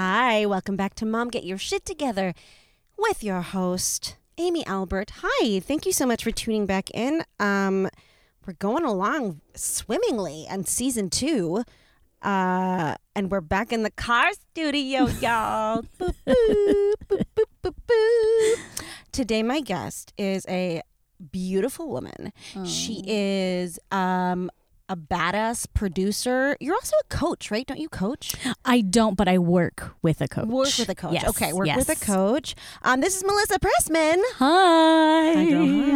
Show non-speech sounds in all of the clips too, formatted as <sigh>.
Welcome back to Mom Get Your Shit Together with your host, Amy Albert. Hi, thank you so much for tuning back in. Um, we're going along swimmingly on season two. Uh, and we're back in the car studio, y'all. boop, boop, boop, boop, boop, boop. Today, my guest is a beautiful woman. She is um, a badass producer. You're also a coach, right? Don't you coach? I don't, but I work with a coach. Work with a coach. Yes, Okay, work with a yes. coach. Um, this is Melissa Pressman. Hi.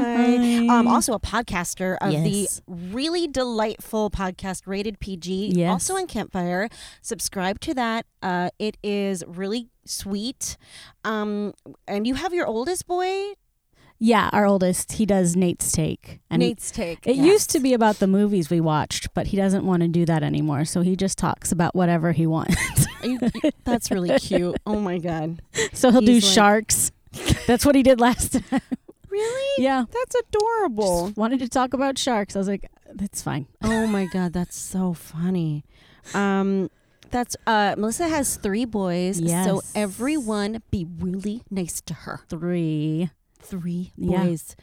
Hi. Um, also a podcaster of Yes. the really delightful podcast Rated PG. Yes. Also on Campfire. Subscribe to that. Uh, it is really sweet. Um, and you have your oldest boy, yeah, our oldest, he does Nate's take. And Nate's take. it used to be about the movies we watched, but he doesn't want to do that anymore. So he just talks about whatever he wants. Are you- you- that's really cute. Oh my god. <laughs> so he'll He's do like- sharks. That's what he did last <laughs> time. Really? yeah. That's adorable. Just wanted to talk about sharks. I was like, that's fine. Oh my god, that's so funny. Um that's uh Melissa has three boys, so Yes. everyone be really nice to her. <laughs> Three. Three Yeah. boys.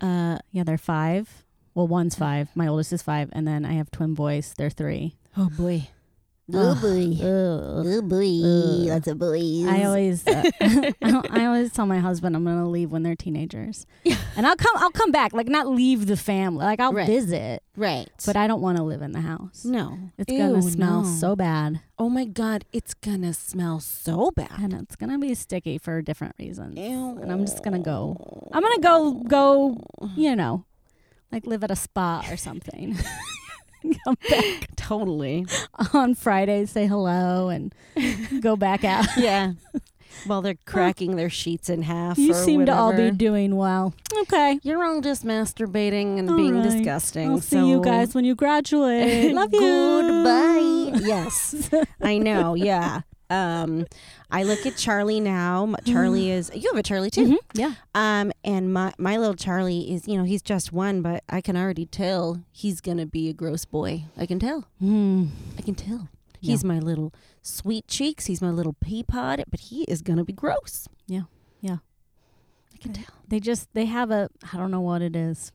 Uh Yeah, they're five. Well, one's five. My oldest is five. And then I have twin boys. They're three. oh boy. Oh, boy. Oh boy. Ugh. Lots of boys. I always, <laughs> uh, I, I always tell my husband I'm gonna leave when they're teenagers, Yeah. and I'll come, I'll come back. Like not leave the family, like I'll Right. visit, <laughs> right. but I don't want to live in the house. no. It's gonna Ew, smell no. so bad, Oh my god, it's gonna smell so bad. and it's gonna be sticky for different reasons. Ew. And I'm just gonna go. I'm gonna go, go, you know, like live at a spa <laughs> or something. <laughs> come back <laughs> Totally. on Friday, say hello, and go <laughs> back out. <laughs> Yeah. While they're cracking their sheets in half. You or seem to all be whatever. doing well. Okay. You're all just masturbating and All being right. disgusting. I'll see you so- <laughs> guys when you graduate. Love you. <laughs> Goodbye. Yes, I know. Yeah. Um, I look at Charlie now. M- Mm-hmm. Charlie is you have a Charlie too. Mhm. Yeah. Um, and my my little Charlie is you know he's just one, but I can already tell he's gonna be a gross boy. I can tell. Hmm. I can tell. He's my little sweet cheeks. He's my little pea pod, but he is gonna be gross. Yeah. Yeah. I can tell. They just they have a I don't know what <laughs> it is.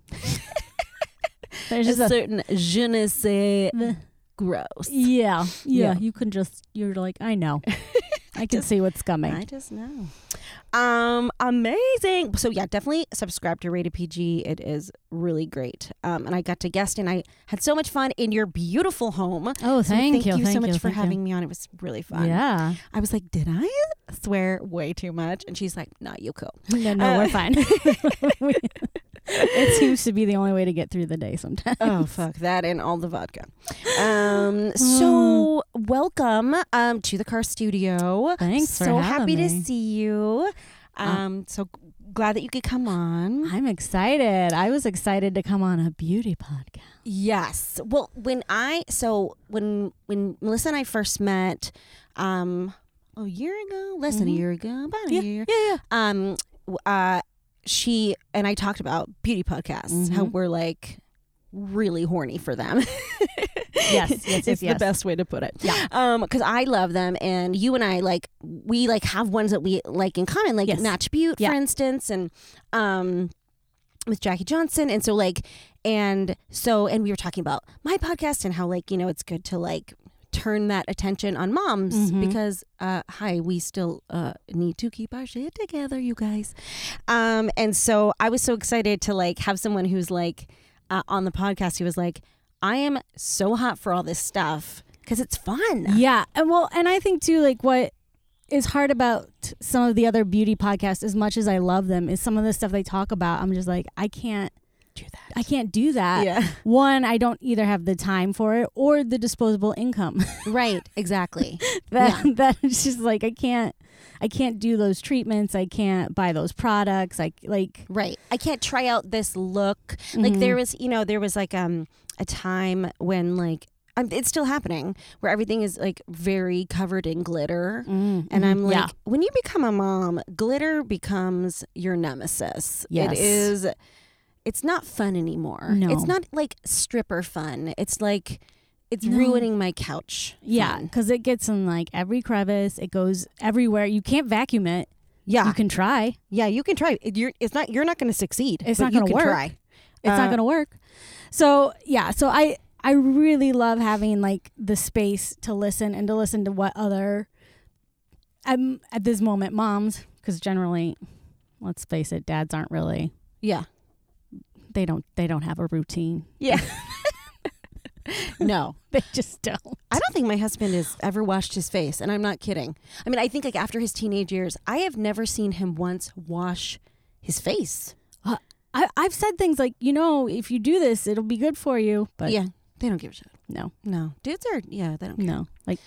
There's There's just a <laughs> a, certain je ne sais gross. yeah, yeah Yeah. You can just you're like <laughs> I know. I can see what's coming. I just know. Um, amazing. So yeah, definitely subscribe to Rated PG. It is really great. Um, and I got to guest, and I had so much fun in your beautiful home. oh, So thank, you, so thank much you, for thank you. having me on. It was really fun. <laughs> Yeah. I was like, did I swear way too much? And she's like, not you, cool. No, no, Uh, <laughs> we're fine. <laughs> We- it seems to be the only way to get through the day sometimes. <laughs> Oh fuck that and all the vodka. Um, so welcome um to the car studio. Thanks for so happy having to me. see you. Uh, Um, so g- glad that you could come on. I'm excited. I was excited to come on a beauty podcast. Yes. Well, when I so when when Melissa and I first met, um, a year ago, less than a Mhm. year ago, about Yeah, a year. yeah. Um, w- uh, she and I talked about beauty podcasts. How Mhm. we're like really horny for them. <laughs> Yes, yes, yes, it's yes. the best way to put it. Yeah. Um, because I love them, and you and I like we like have ones that we like in common, like Yes. Natch Butte, Yeah. for instance, and um, with Jackie Johnson, and so like, and so, and we were talking about my podcast and how like you know it's good to like turn that attention on moms Mhm. because uh hi we still uh need to keep our shit together you guys um and so i was so excited to like have someone who's like uh, on the podcast who was like i am so hot for all this stuff because it's fun Yeah. And well, and I think too, like what is hard about some of the other beauty podcasts, as much as I love them, is some of the stuff they talk about. I'm just like, I can't, do that I can't do that. yeah One, I don't either have the time for it or the disposable income. <laughs> <laughs> right exactly that <laughs> that is just like I can't, I can't do those treatments. I can't buy those products. I like right i can't try out this look like Mhm. there was you know there was like um a time when like um, it's still happening where everything is like very covered in glitter And I'm like, Mm-hmm. yeah. when you become a mom, glitter becomes your nemesis. Yes. It is it's not fun anymore. No. It's not like stripper fun. It's like It's No. ruining my couch. Yeah, fun. because it gets in like every crevice. It goes everywhere. You can't vacuum it. Yeah. You can try. yeah, you can try. It- You're it's not you're not going to succeed. It's but not you gonna can work. Try. It's Uh, not going to work. So yeah. So I I really love having like the space to listen and to listen to what other I'm at this moment moms because generally, let's face it, dads aren't really Yeah. they don't they don't have a routine. <laughs> Yeah. no, they just don't. I don't think my husband has ever washed his face, and I'm not kidding. I mean, I think like after his teenage years, I have never seen him once wash his face. I, I've said things like you know if you do this it'll be good for you, but yeah, they don't give a shit. no, No, dudes are yeah, they don't. Care. no, like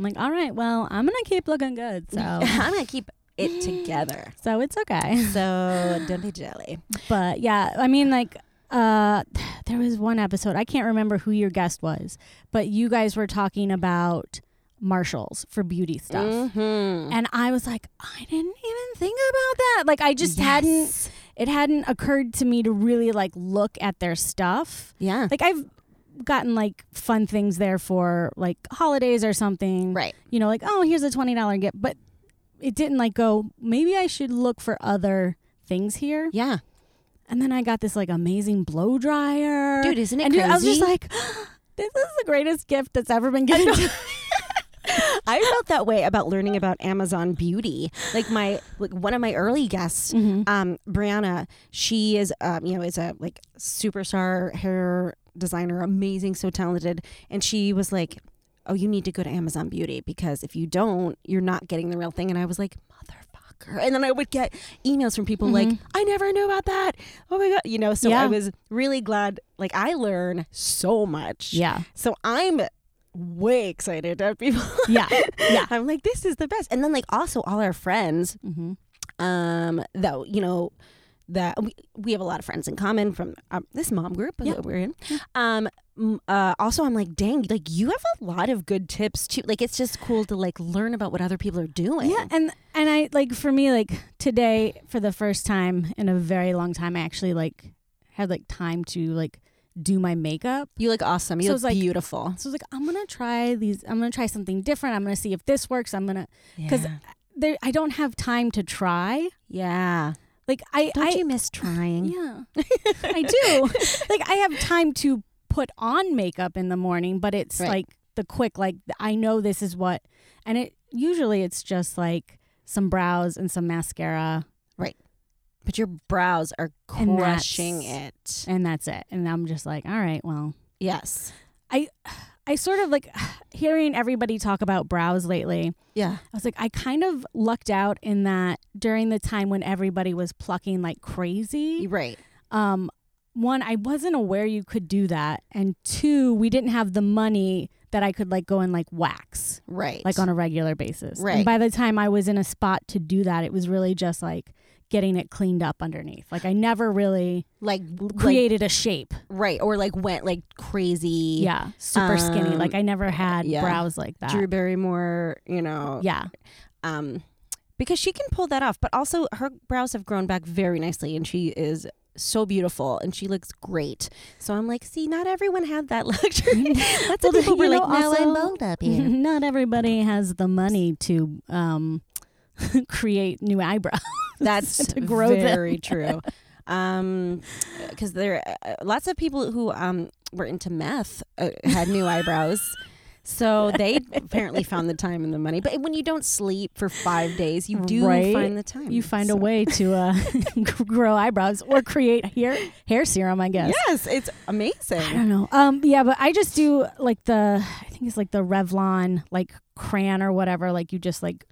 I'm like all right, well I'm gonna keep looking good, <laughs> <laughs> so I'm gonna keep it <laughs> together. so it's okay. So don't be jelly. But yeah, I mean, like, uh, <sighs> there was one episode, I can't remember who your guest was, but you guys were talking about Marshalls for beauty stuff. Mhm. And I was like, I didn't even think about that. Like, I just hadn't, Yes. it hadn't occurred to me to really like look at their stuff. Yeah. Like, I've gotten like fun things there for like holidays or something. right. You know, like, oh, here's a $20 gift. But it didn't like go, maybe I should look for other things here. Yeah. And then I got this like amazing blow dryer. Dude, isn't it er, and I was just crazy? like, <gasps> this is the greatest gift that's ever <laughs> been given. to I felt that way about learning about Amazon Beauty. Like my like one of my early guests, Uh, um, Brianna, she is um, you know, is a like superstar hair designer, amazing, so talented. And she was like, Oh, you need to go to Amazon Beauty because if you don't, you're not getting the real thing. And I was like, Motherfucker. And then I would get emails from people like, I never knew about that. Oh my god. You know, so Mm-hmm. Yeah. I was really glad like I learn so much. yeah. So I'm way excited to have people. <laughs> Yeah. Yeah. <laughs> I'm like, this is the best. And then like also all our friends, Mm-hmm. um, though, you know, that we, we have a lot of friends in common from um, this mom group Yeah. that we're in. Um, m- uh, also, I'm like, dang, like you have a lot of good tips too. Like it's just cool to like learn about what other people are doing. Yeah. And, and I like, for me, like today, for the first time in a very long time, I actually like had like time to like do my makeup. You look awesome. You So look it's like- beautiful. So I was like, I'm going to try these. I'm going to try something different. I'm going to see if this works. I'm going to, because yeah. there, I don't have time to try. yeah. Like, I, Don't I, you miss trying? <laughs> Yeah, I do. like I have time to put on makeup in the morning, but it's Right. like the quick. Like I know this is what, and it usually it's just like some brows and some mascara, <laughs> But your brows are And that's- crushing it. and that's it. And I'm just like, all right, well, Yes. I sort of like <sighs> hearing everybody talk about brows lately. Yeah. I was like, I kind of lucked out in that during the time when everybody was plucking like crazy. Right. um, one, I wasn't aware you could do that, and two, we didn't have the money that I could like go and like wax Right. like on a regular basis. Right. And by the time I was in a spot to do that, it was really just like getting it cleaned up underneath. Like I never really like like created a shape. Right. Or like went like crazy. Yeah, super skinny. Um, Like I never had yeah. brows like that. Drew Barrymore, you know. yeah, Um, because she can pull that off, but also her brows have grown back very nicely and she is so beautiful and she looks great. So I'm like, see, not everyone had that <laughs> <laughs> luxury. Lots Well, of the- people were you know, like, now I'm also- bald up here. <laughs> <laughs> not everybody has the money to um, <laughs> create new eyebrows. That's <laughs> to grow them. very <laughs> true. Um, because there uh, lots of people who um were into meth uh, <laughs> had new eyebrows. So <laughs> they apparently found the time and the money. But when you don't sleep for five days, you do Right. find the time. You find So- a way to uh, <laughs> grow eyebrows or create hair hair serum, I guess. Yes, it's I amazing. don't know. Um, yeah, but I just do like the I think it's like the Revlon like crayon or whatever. Like you just like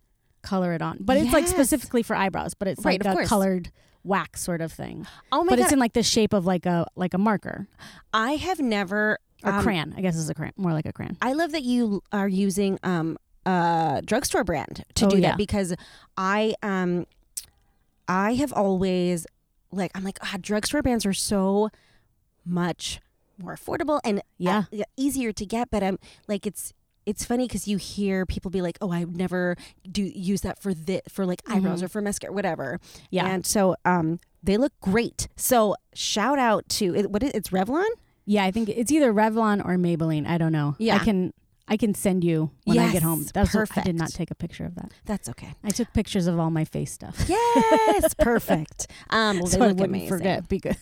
color it on, but it's like Yes. specifically for eyebrows. But it's Right, like of a course. colored wax sort of thing. Oh my but god, it's in like the shape of like a like a marker I have never. or um, crayon. I guess it's a crayon, more like a crayon. I love that you are using um a drugstore brand to Oh, do yeah. that because I um I have always like I'm like ah drugstore brands are so much more affordable and uh, Yeah. easier to get but I'm like it's it's funny because you hear people be like oh I would never do use that for this for like eyebrows Mhm. or for mascara whatever Yeah, and so um they look great so shout out to it, what is, it's Revlon Yeah, I think it's either Revlon or Maybelline. I don't know. Yeah. I can I can send you when I Yes, get home. That's what- I perfect. did not take a picture of that. That's <laughs> okay. I took pictures of all my face stuff. Yes, <laughs> perfect. Um, well, they so I look wouldn't amazing. forget because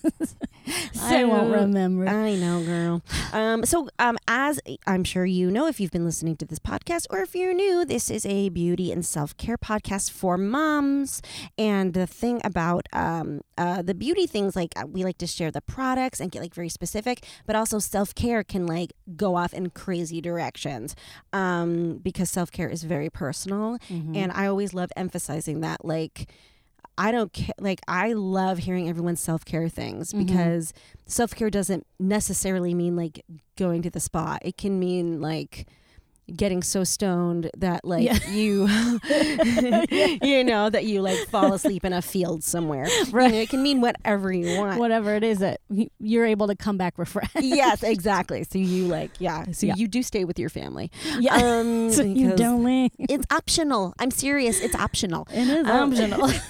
I I won't don't- remember. I know, girl. Um, so, um, as I'm sure you know, if you've been listening to this podcast or if you're new, this is a beauty and self care podcast for moms. And the thing about um, uh, the beauty things, like uh, we like to share the products and get like very specific, but also self care can like go off in crazy directions um, because self care is very personal. Mm-hmm. And I always love emphasizing that, like, I don't care. Like, I love hearing everyone's self care things Mhm. because self care doesn't necessarily mean like going to the spa. It can mean like getting so stoned that like <laughs> Yeah. you, you know, that you like fall asleep in a field <laughs> somewhere. You Right. know, it can mean whatever <laughs> you want. Whatever it is that y- you're able to come <laughs> back refreshed. yes, exactly. So you like, yeah. So Yeah. you do stay with your family. <laughs> Yeah. Um, <laughs> so you because don't leave. It's optional. I'm serious. It's optional. It is Um, optional. <laughs>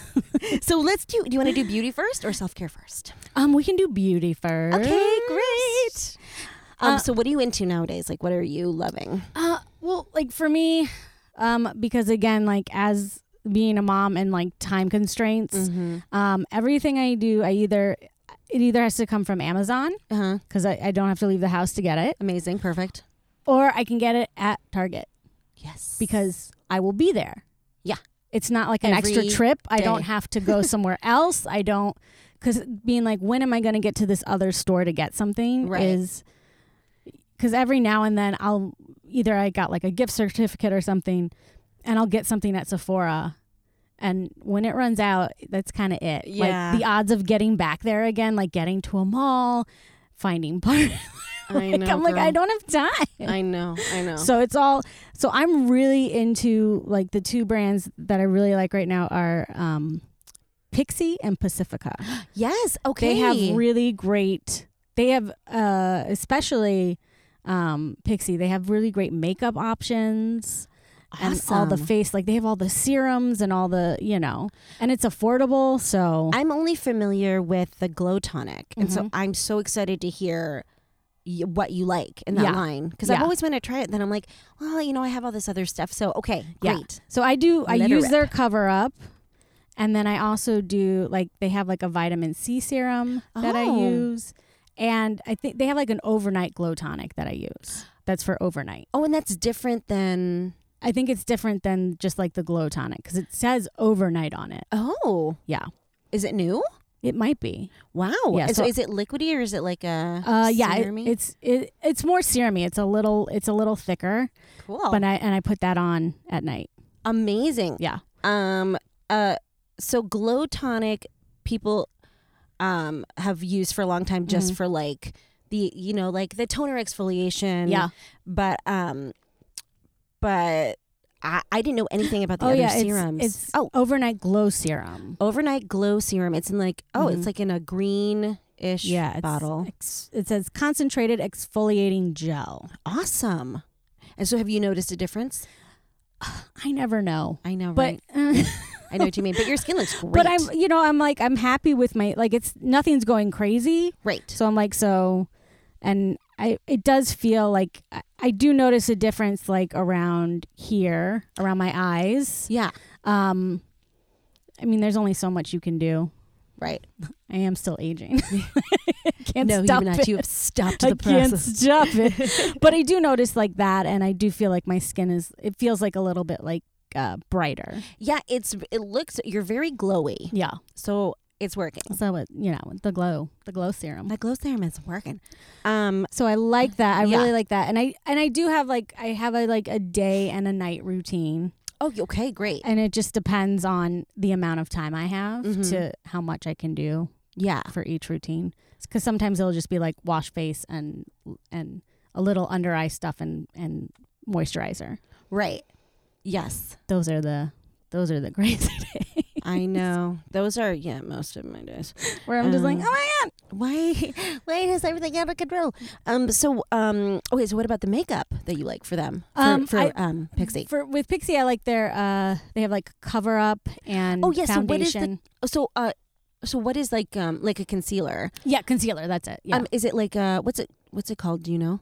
So let's do. Do you want to do beauty first or self care first? <laughs> um, we can do beauty first. Okay, great. Um, Uh, so what are you into nowadays? Like, what are you loving? Uh, well, like for me, um, because again, like as being a mom and like time constraints, Mm. um, everything I do, I either it either has to come from Amazon Uh huh. because I, I don't have to leave the house to get it, Amazing. Perfect. or I can get it at Target Yes. <laughs> because I will be there. Yeah. It's not like an extra Every trip. I day. don't have to <laughs> go somewhere else. I don't, because being like, when am I going to get to this other store to get something? Right. Is because every now and then I'll either I got like a gift certificate or something, and I'll get something at Sephora. And when it runs out, that's kind of it. Yeah. Like the odds of getting back there again, like getting to a mall, finding <laughs> park. I like, I'm like, I don't have time. I know. I know. So it's all so I'm really into like the two brands that I really like right now are um Pixie and Pacifica. yes. Okay. They have really great they have uh especially um Pixie, they have really great makeup options and all the face like they have all the serums and all the, you know. And it's affordable, so I'm only familiar with the glow tonic, and so Mhm. I'm so excited to hear y- what you like in that Yeah. line because I've Yeah. always wanted to try it. Then I'm like, well, you know, I have all this other stuff. So okay, Yeah. great. So I do. I Let her use rip. their cover up, and then I also do like they have like a vitamin C serum that I Oh. use, and I think they have like an overnight glow tonic that I use. That's for overnight. Oh, and that's different than I think it's different than just like the glow tonic because it says overnight on it. oh, Yeah, is it new? it might be. Wow. Yeah, And so, so- is it liquidy or is it like a Uh, yeah, it- Oh, serum-y? it's it, it's more serumy. It's a little it's a little thicker, cool. but I and I put that on at night. Amazing. Yeah. Um uh so glow tonic people um have used for a long time just Mhm. for like the you know like the toner exfoliation. yeah. But um but I, I didn't know anything about the Oh other yeah. serums. It's, it's oh, overnight glow serum. overnight glow serum. It's in like oh, Mhm. it's like in a green ish yeah, it's bottle. ex- it says concentrated exfoliating gel. Awesome. And so have you noticed a difference? I never know, I know, but <laughs> right? I know what you mean. But your skin looks great. but I'm you know I'm like I'm happy with my like it's nothing's going crazy, right. so I'm like so, and I it does feel like I, I do notice a difference like around here around my eyes. Yeah. Um, I mean, there's only so much you can do. Right. I am still aging. <laughs> Can't no, stop you it. not. You have stopped I the process. can't stop <laughs> it. but I do notice like that, and I do feel like my skin is. It feels like a little bit like uh, brighter. Yeah, it's it looks you're very glowy, Yeah. so it's working. So it, you know the glow, the glow serum. That glow serum is working. Um, So I like that. I Yeah. really like that, and I and I do have like I have a like a day and a night routine, oh, you- okay, great. and it just depends on the amount of time I have Mhm. to how much I can do Yeah, for each routine. Because sometimes it'll just be like wash face and and a little under eye stuff and and moisturizer. right. Yes, those are the those are the <laughs> crazy days <laughs> I know. Those are yeah, most of my days. where I'm just like, Um, oh my god, Why, why is everything out of control? Um, so um, okay. So what about the makeup that you like for them? For, Um, for I- um, Pixie. For with Pixie, I like their uh, they have like cover up and Oh, yeah, so what is the- foundation. So uh, so what is like um like a concealer? yeah, concealer. That's it. Yeah, Um, is Um, it like uh, what's it? what's it called? Do you know?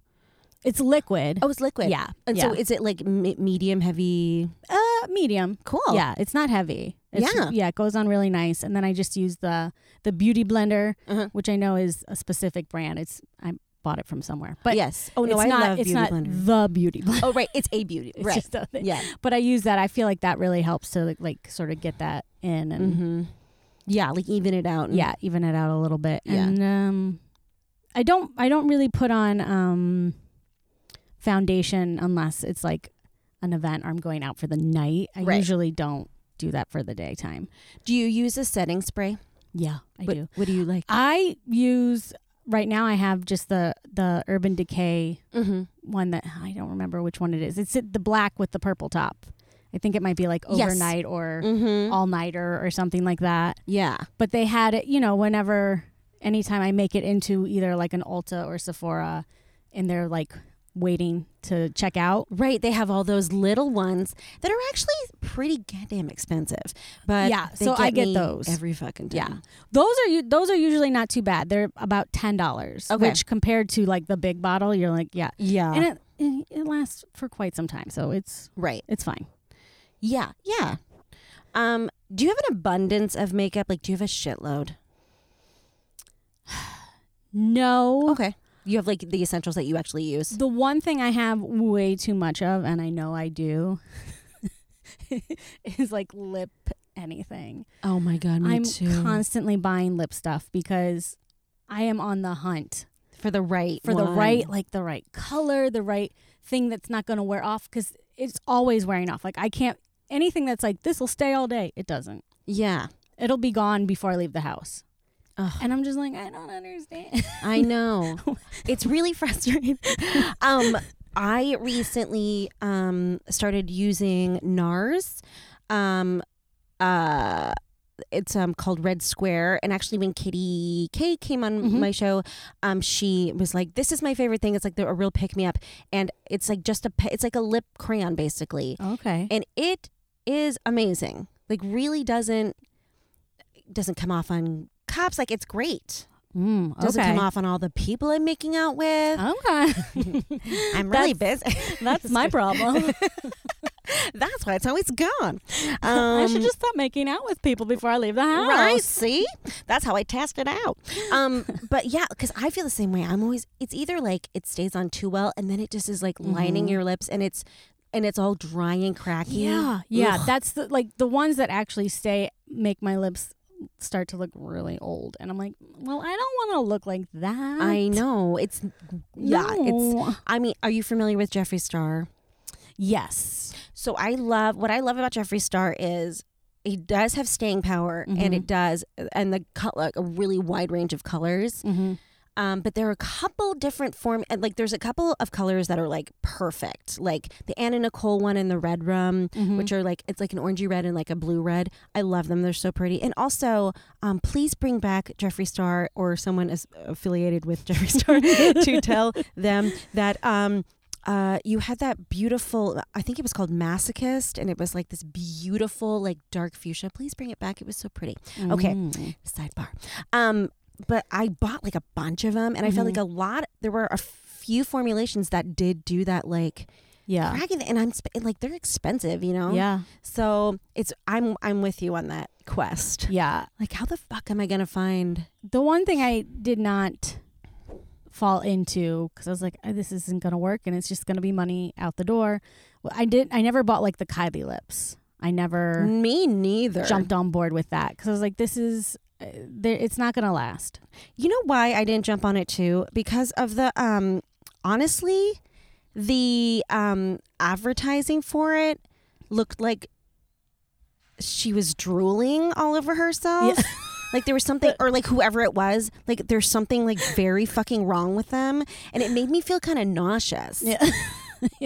It's liquid. Oh, it's liquid. Yeah. And yeah. so is it like me- medium heavy? uh, medium. Cool. Yeah, it's not heavy. It's, Yeah. yeah, it goes on really nice. And then I just use the the beauty blender, Uh-huh. which I know is a specific brand. It's I bought it from somewhere, but yes. Oh no, it's I not. love it's beauty not blender. the beauty blender. Oh right, <laughs> it's a beauty. It's right. just a thing. Yeah. But I use that. I feel like that really helps to like, like sort of get that in and Mm-hmm. Yeah, like even it out. and- yeah, even it out a little bit. Yeah. And um, I don't I don't really put on um foundation unless it's like an event or I'm going out for the night. I Right. usually don't do that for the daytime. Do you use a setting spray? Yeah, I what, do. What do you like? I use right now. I have just the the Urban Decay Mm-hmm. one that I don't remember which one it is. It's the black with the purple top. I think it might be like Yes. overnight or Mm-hmm. all nighter or something like that. yeah. But they had it, you know, whenever anytime I make it into either like an Ulta or Sephora, and they're like waiting to check out. Right, they have all those little ones that are actually pretty goddamn expensive. But Yeah, they so I get me those. every fucking Yeah. time. Those are you. Those are usually not too bad. They're about ten dollars, Okay. Ah. which compared to like the big bottle, you're like, yeah, Yeah, and it, it it lasts for quite some time, so it's right. it's fine. Yeah, yeah. Um, do you have an abundance of makeup? Like, do you have a shitload? No, Okay, you have like the essentials that you actually use. the one thing I have way too much of, and I know I do, <laughs> is like lip anything. Oh my god, I'm constantly buying lip stuff because I am on the hunt for the right for the one. right, like the right color, the right thing that's not going to wear off because it's always wearing off. Like I can't anything that's like this will stay all day. It doesn't. Yeah, It'll be gone before I leave the house. Ugh. And I'm just like, I don't understand. I <laughs> know. it's really frustrating. Um, I recently um started using NARS. Um, uh. It's um called Red Square, and actually, when Kitty K came on Mhm. my show, um, she was like, "This is my favorite thing. It's like the, a real pick me up, and it's like just a pe- it's like a lip crayon, basically okay. and it is amazing like really doesn't doesn't come off on cops like it's great Mm, okay. doesn't come off on all the people i'm making out with Okay. <laughs> i'm really busy <laughs> That's my problem. that's why it's always gone um, <laughs> I should just stop making out with people before I leave the house. Right, see? That's how I task it out. Um, but yeah, because I feel the same way. I'm always it's either like it stays on too well and then it just is like lining Mhm. your lips and it's and it's all dry and cracky. <laughs> Yeah, yeah. Ugh. That's the like the ones that actually stay make my lips start to look really old, and I'm like, well, I don't want to look like that. I know. It's yeah, it's No. I mean, are you familiar with Jeffree Star? yes. So I love what I love about Jeffree Star is he does have staying power, and Mhm. it does, and the co- like a really wide range of colors. Mm-hmm. Um, but there are a couple different form, and like there's a couple of colors that are like perfect, like the Anna Nicole one and the red rum, mm-hmm. which are like it's like an orangey red and like a blue red. I love them; they're so pretty. And also, um, please bring back Jeffree Star or someone as affiliated with <laughs> Jeffree Star <laughs> to tell them that um, uh, you had that beautiful. I think it was called Masochist, and it was like this beautiful, like dark fuchsia. Please bring it back; it was so pretty. okay. Mm. Sidebar. Um, but I bought like a bunch of them, and I felt Mhm. like a lot. There were a few formulations that did do that, like Yeah. cracking, and I'm sp- and, like they're expensive, you know. Yeah. So it's I'm I'm with you on that quest. Yeah. Like, how the fuck am I gonna find? The one thing I did not fall into because I was like, "Oh, this isn't gonna work, and it's just gonna be money out the door. Well, I did. I never bought like the Kylie lips. I never. Me neither. jumped on board with that because I was like, this is, uh, there, it's not gonna last. You know why I didn't jump on it too? Because of the um honestly, the um advertising for it looked like she was drooling all over herself. Like there was something or like whoever it was, like there's something like very fucking wrong with them and it made me feel kind of nauseous. Yeah. <laughs>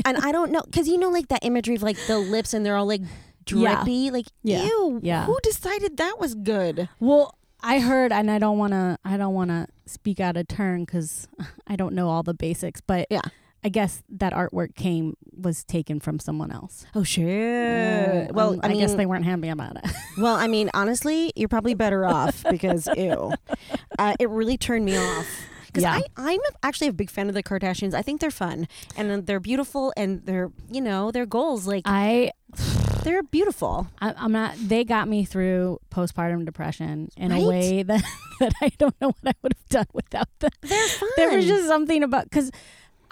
And I don't know cuz you know like that imagery of like the lips and they're all like Yeah. drippy like Yeah. ew Yeah. who decided that was good? <laughs> Well, I heard, and I don't wanna, I don't wanna speak out of turn because <laughs> I don't know all the basics, but Yeah. I guess that artwork came was taken from someone else. Oh shit. Uh, Mm, well, Um, I, mean, guess they weren't happy about <laughs> it. Well, I <laughs> mean, honestly, you're probably better off because ew, uh, it really turned me off. Because Yeah. I'm actually a big fan of the Kardashians. I think they're fun and they're beautiful and they're, you know, their goals. Like, I, they're beautiful. I I'm not. They got me through postpartum depression in Right? a way <laughs> that that I don't know what I would have done without them. They're fun. There was just something about because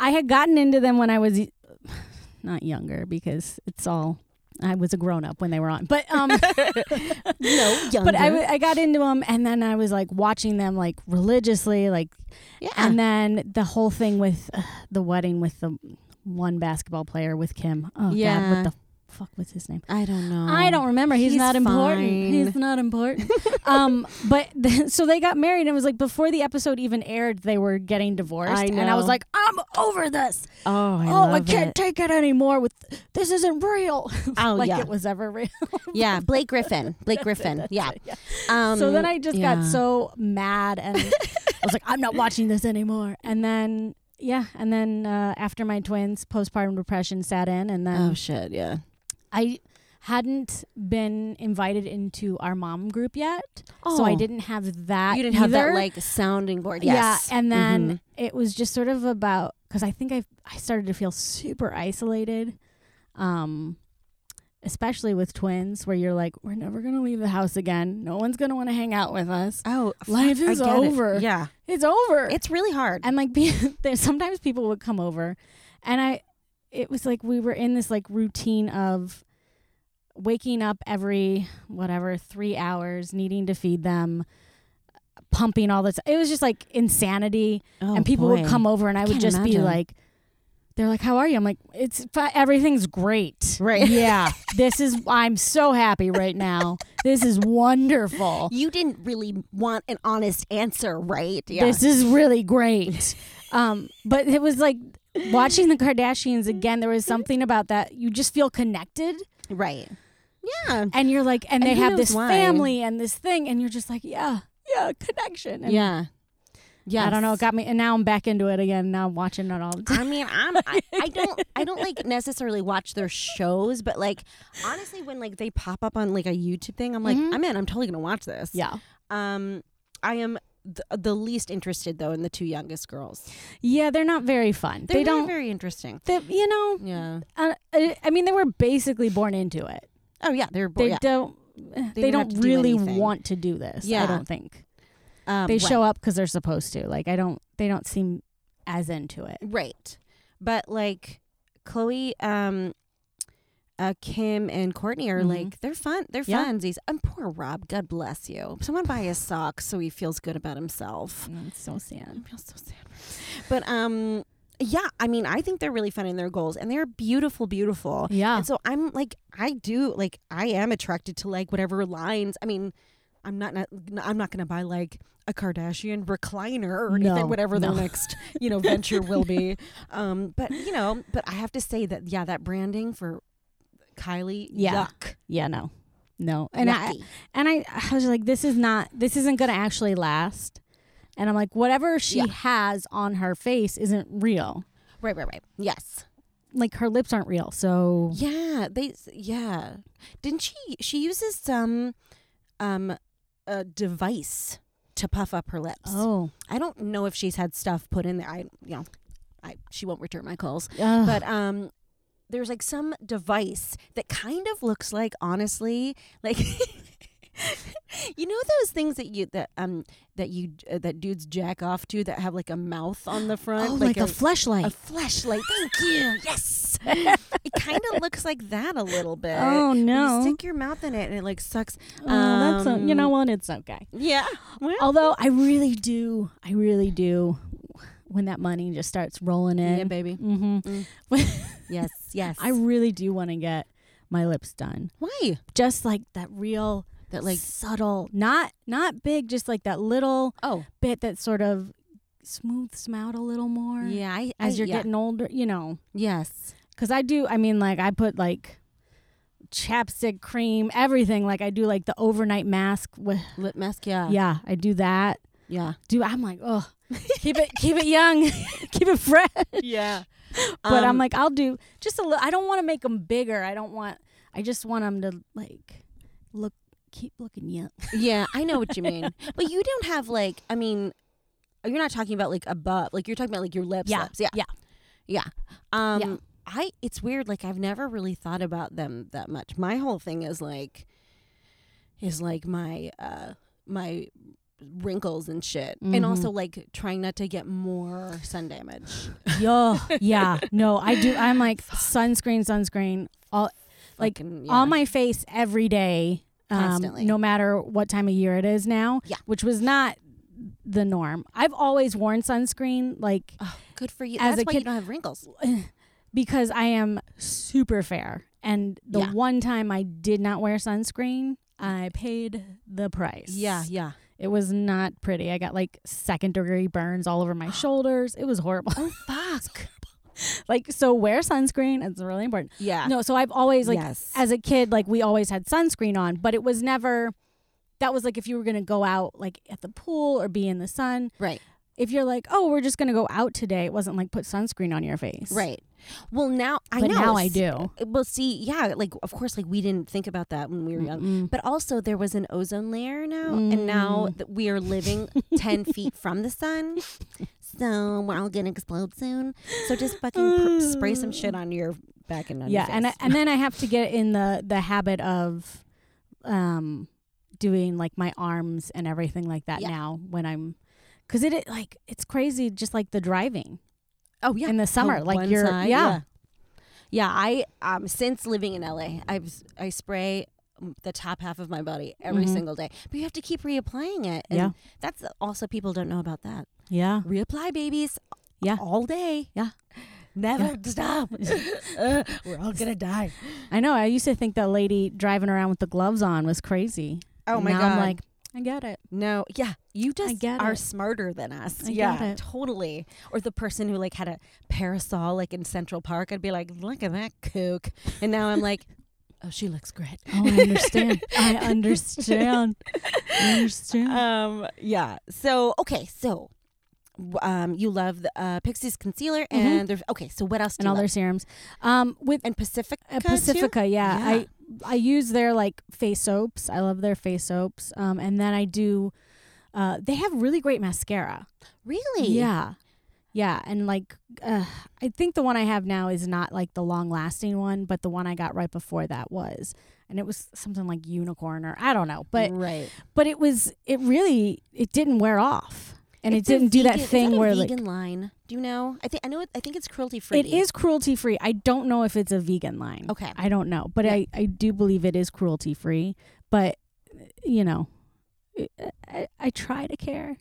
I had gotten into them when I was y- <sighs> not younger because it's all I was a grown up when they were on, <laughs> <laughs> but um. no younger. But I, w- I got into them and then I was like watching them like religiously, like, yeah. and then the whole thing with uh, the wedding with the one basketball player with Kim. Oh, God, Yeah. what the fuck was his name? I don't know. I don't remember. He's, Um, He's not important. fine. He's <laughs> not important. um, but <laughs> th- so they got married, and it was like before the episode even aired, they were getting divorced, I and I was know. like, I'm over this. Oh, I oh, I can't take it anymore. With this isn't real. Oh, <laughs> like yeah. it was ever real. <laughs> yeah, Blake Griffin. Blake Griffin. Yeah. Um, so then I just got yeah. so mad, and <laughs> I was like, I'm not watching this anymore. And then. Yeah, and then uh, after my twins, postpartum depression sat in, and <laughs> then Oh shit! Yeah. I hadn't been invited into our mom group yet, so I Oh, didn't have that. Oh. You didn't have that either. like sounding board. Yes. Mm-hmm. Yeah, and then it was just sort of about because I think I I started to feel super isolated, um, especially with twins, where you're like, we're never gonna leave the house again. No one's gonna want to hang out with us. oh, Life I is get it. over. Yeah. It's over. It's really hard. and like be, <laughs> there, sometimes people would come over and i it was like we were in this like routine of waking up every whatever three hours needing to feed them pumping all this it was just like insanity Oh, and people would boy. come over and i would Can't just be imagine. like they're like how are you i'm like it's fi- everything's great <laughs> Right. <laughs> yeah this is i'm so happy right now this is wonderful You didn't really want an honest answer, right? Yeah. this is <laughs> really great. um, but it was like watching the Kardashians again. There was something about that you just feel connected, right. Yeah. and you're like, and, And they who have knows this why? family and this thing, and you're just like, yeah, yeah, connection. And yeah. Yeah. I don't know. It got me, and now I'm back into it again. Now I'm watching it all the <laughs> time. I mean, I'm, I, I don't, I don't like necessarily watch their shows, but like, honestly, when like they pop up on like a YouTube thing, I'm like, Mhm. I'm in. I'm totally gonna watch this. Yeah, Um, I am th- the least interested though in the two youngest girls. yeah, they're not very fun. They're They're not don't. very interesting. they, you know, Yeah. uh, I, I mean, they were basically born into it. Oh yeah, they're bo- They yeah. don't. They, didn't have don't to do really anything. want to do this. Yeah. I don't think. Um, they right. show up because they're supposed to. Like I don't, they don't seem as into it. right, but like Chloe, um, uh, Kim and Courtney are Mhm. like they're fun. They're Yeah. funsies. And poor Rob, God bless you. Someone buy his socks so he feels good about himself. Mm, It's so sad. I feel so sad. But um, yeah, I mean, I think they're really fun in their goals, and they're beautiful, beautiful. Yeah, And so I'm like, I do like, I am attracted to like whatever lines. I mean, I'm not, not I'm not gonna buy like a Kardashian recliner or anything, No, whatever their no. next you know venture will be. <laughs> Um, but you know, but I have to say that yeah, that branding for Kylie, Yeah. yuck, yeah, no, no, and I Yucky. and I, I was like, this is not, this isn't gonna actually last. And I'm like, whatever she Yeah. has on her face isn't real. right, right, right, yes, Like her lips aren't real. So yeah, they, yeah, didn't she? She uses some, um, uh device to puff up her lips. oh, I don't know if she's had stuff put in there. I you know, I she won't return my calls. ugh. But um there's like some device that kind of looks like honestly like <laughs> you know those things that you that um that you uh, that dudes jack off to that have like a mouth on the front oh, like, a, flashlight. a flashlight. Thank you. Yes. <laughs> it kind <laughs> of looks like that a little bit. oh You no, stick your mouth in it and it like sucks. oh, that's a, um, you know what? It's okay. Yeah. Well, Although I really do, I really do. When that money just starts rolling in, yeah, baby. hmm <laughs> Yes, yes. I really do want to get my lips done. why? Just like that real That like subtle, not not big, just like that little Oh, bit that sort of smooths them out a little more yeah. I, as I- you're yeah. getting older, you know. yes, Cuz I do, I mean like I put like chapstick cream, everything like I do like the overnight mask with lip mask. Yeah, yeah, yeah, I do that. yeah, Do I'm like, <laughs> "Oh, keep it keep it young. <laughs> keep it fresh." yeah. But Um, I'm like, I'll do just a little. I don't want to make them bigger. I don't want. I just want them to like look, keep looking young. <laughs> <laughs> yeah, I know what you mean. But you don't have like, I mean, you're not talking about like above, like you're talking about like your lips, Yeah, lips. Yeah. yeah. Yeah. Um Yeah. I it's weird like I've never really thought about them that much. My whole thing is like is like my uh my wrinkles and shit. And Mhm. also like trying not to get more sun damage. Yo, <laughs> yeah, no, I do. I'm like sunscreen, sunscreen, all Like, Fucking, yeah. on my face every day, um, Constantly. no matter what time of year it is now. Yeah. which was not the norm. I've always worn sunscreen, like oh, good for you. as That's a why you kid- don't have wrinkles. because I am super fair. And the Yeah. one time I did not wear sunscreen, I paid the price. Yeah, yeah. It was not pretty. I got like second degree burns all over <gasps> my shoulders. It was horrible. <laughs> Oh fuck. like, so wear sunscreen. It's really important. Yeah. No, so I've always, like, yes. as a kid, like, we always had sunscreen on, but it was never, that was like if you were going to go out, like, at the pool or be in the sun. right. If you're like, oh, we're just going to go out today, it wasn't like put sunscreen on your face. Right. Well, now I But know. now I see- do. Well, see, yeah, like of course, like we didn't think about that when we were young. Mm. But also, there was an ozone layer now, and now that we are living ten feet from the sun, so we're all gonna explode soon. So <laughs> just fucking pr- spray some shit on your back and on yeah your and I, face. and then i have to get in the the habit of um doing like my arms and everything like that Yeah. now when i'm because it, it like it's crazy just like the driving oh yeah, in the summer Oh, like one you're side, yeah, yeah. Yeah, I um since living in LA, I I spray um, the top half of my body every Mhm. single day, but you have to keep reapplying it. And Yeah. that's also people don't know about that. yeah reapply babies Yeah. all day Yeah. never <laughs> stop <laughs> Uh, we're all gonna die i know i used to think that lady driving around with the gloves on was crazy oh my now god i'm like i get it no yeah you just get are it. smarter than us I yeah get it. totally or the person who like had a parasol like in central park i'd be like look at that kook and now i'm like <laughs> <laughs> oh she looks great oh i <laughs> understand i understand i understand um yeah so okay so w- um you love the uh, pixies concealer and there's okay so what else do Mm-hmm. and you all love? their serums um with and pacific Uh, Pacifica, yeah. Yeah. I I use their like face soaps. I love their face soaps. Um, and then I do. Uh, they have really great mascara. really Yeah, yeah. And like, uh, I think the one I have now is not like the long lasting one, but the one I got right before that was, and it was something like unicorn or I don't know, but right but it was it really it didn't wear off, and It's it a didn't do that vegan- is thing a where like. vegan line. Do you know? I think I know. It, I think it's cruelty free. It is cruelty free. I don't know if it's a vegan line. Okay. I don't know, but Yeah. I, I do believe it is cruelty free. But you know, I- I, I try to care,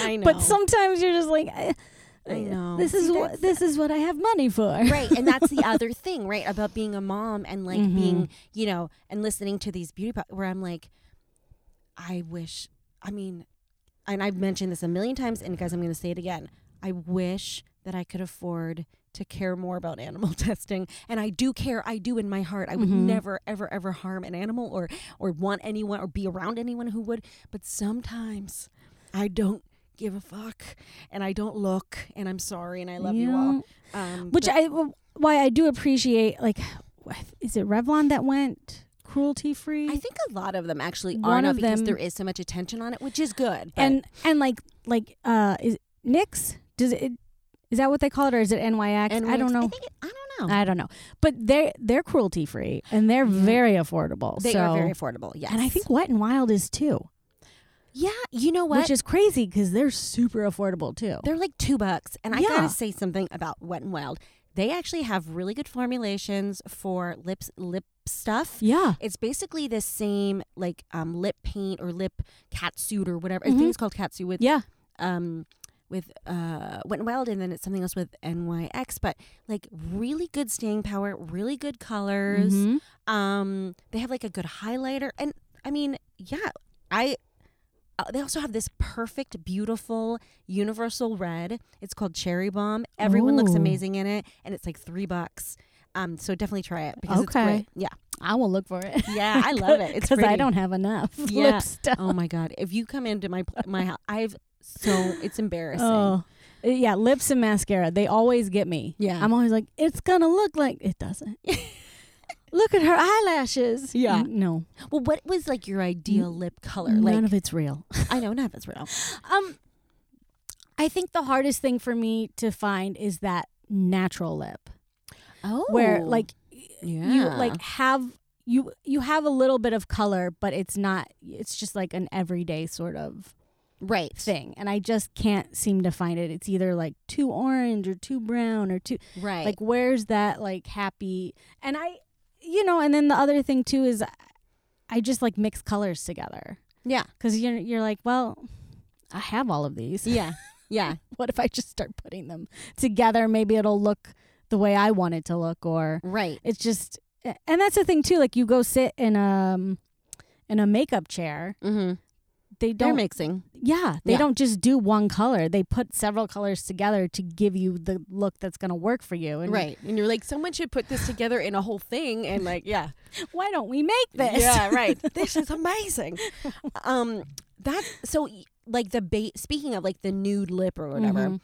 I know. but sometimes you're just like, I, I know. This is See, what that's- this is what I have money for. right, and that's <laughs> the other thing, right, about being a mom and like Mhm. being, you know, and listening to these beauty po- where I'm like, I wish. I mean, and I've mentioned this a million times, and guys, I'm going to say it again. I wish that I could afford to care more about <laughs> animal testing, and I do care. I do in my heart. I would Mhm. never, ever, ever harm an animal or or want anyone or be around anyone who would. But sometimes I don't give a fuck, and I don't look, and I'm sorry, and I love you all. know? Um, Which but- I why I do appreciate. Like, <sighs> is it Revlon that went cruelty free? I think a lot of them actually are Mm. One not of because them- there is so much attention on it, which is good. but- and and like like uh is Nix does it is that what they call it or is it NYX? and I don't know. I, think it, I don't know. I don't know. But they they're cruelty free and they're Oh. Yeah. very affordable. they so. are very affordable. Yes, And I think Wet and Wild is too, yeah, you know what? which is crazy because they're super affordable too. They're like two bucks. And I Yeah. gotta say something about Wet and Wild. They actually have really good formulations for lips lip stuff. yeah. It's basically the same like um, lip paint or lip catsuit or whatever. I Mhm. think it's called catsuit with Yeah. um with uh Wet n Wild and then it's something else with NYX, but like really good staying power, really good colors. Mhm. Um, they have like a good highlighter, and I mean, yeah, I. Uh, they also have this perfect, beautiful, universal red. It's called Cherry Bomb. Everyone looks Ooh. amazing in it, and it's like three bucks. Um, so definitely try it because it's Okay. great. Yeah, I will look for it. yeah, I love it. <laughs> It's because I pretty. don't have enough Yeah. lip stuff. Oh my god! If you come into my pl- my house, I've so it's embarrassing. Oh. Uh, Yeah, lips and mascara. They always get me. Yeah. I'm always like, it's gonna <laughs> look like it doesn't. Look at her eyelashes. Yeah. No. Well, what was like your ideal lip color? None Like of it's real. <laughs> I know none of it's real. Um, I think the hardest thing for me to find is that natural lip Oh, where like yeah. you like have you you have a little bit of color, but it's not. It's just like an everyday sort of Oh. right thing, and I just can't seem to find it. It's either like too orange or too brown or too right like where's that like happy and I, you know, and then the other thing too is I- I just like mix colors together yeah because you're you're like well. I have all of these. yeah yeah <laughs> what if I just start putting them together? Maybe it'll look the way I want it to look, or right it's just. And that's the thing too. Like you go sit in a in a makeup chair. mm-hmm. They They're don't. mixing yeah, they Yeah. don't just do one color. They put several colors together to give you the look that's going to work for you. And right And you're like, someone should put this together in a whole thing, <laughs> and like, yeah, Why don't we make this? <laughs> yeah, right. this is amazing. um, that so y- like the ba- speaking of like the nude lip or whatever, Mhm.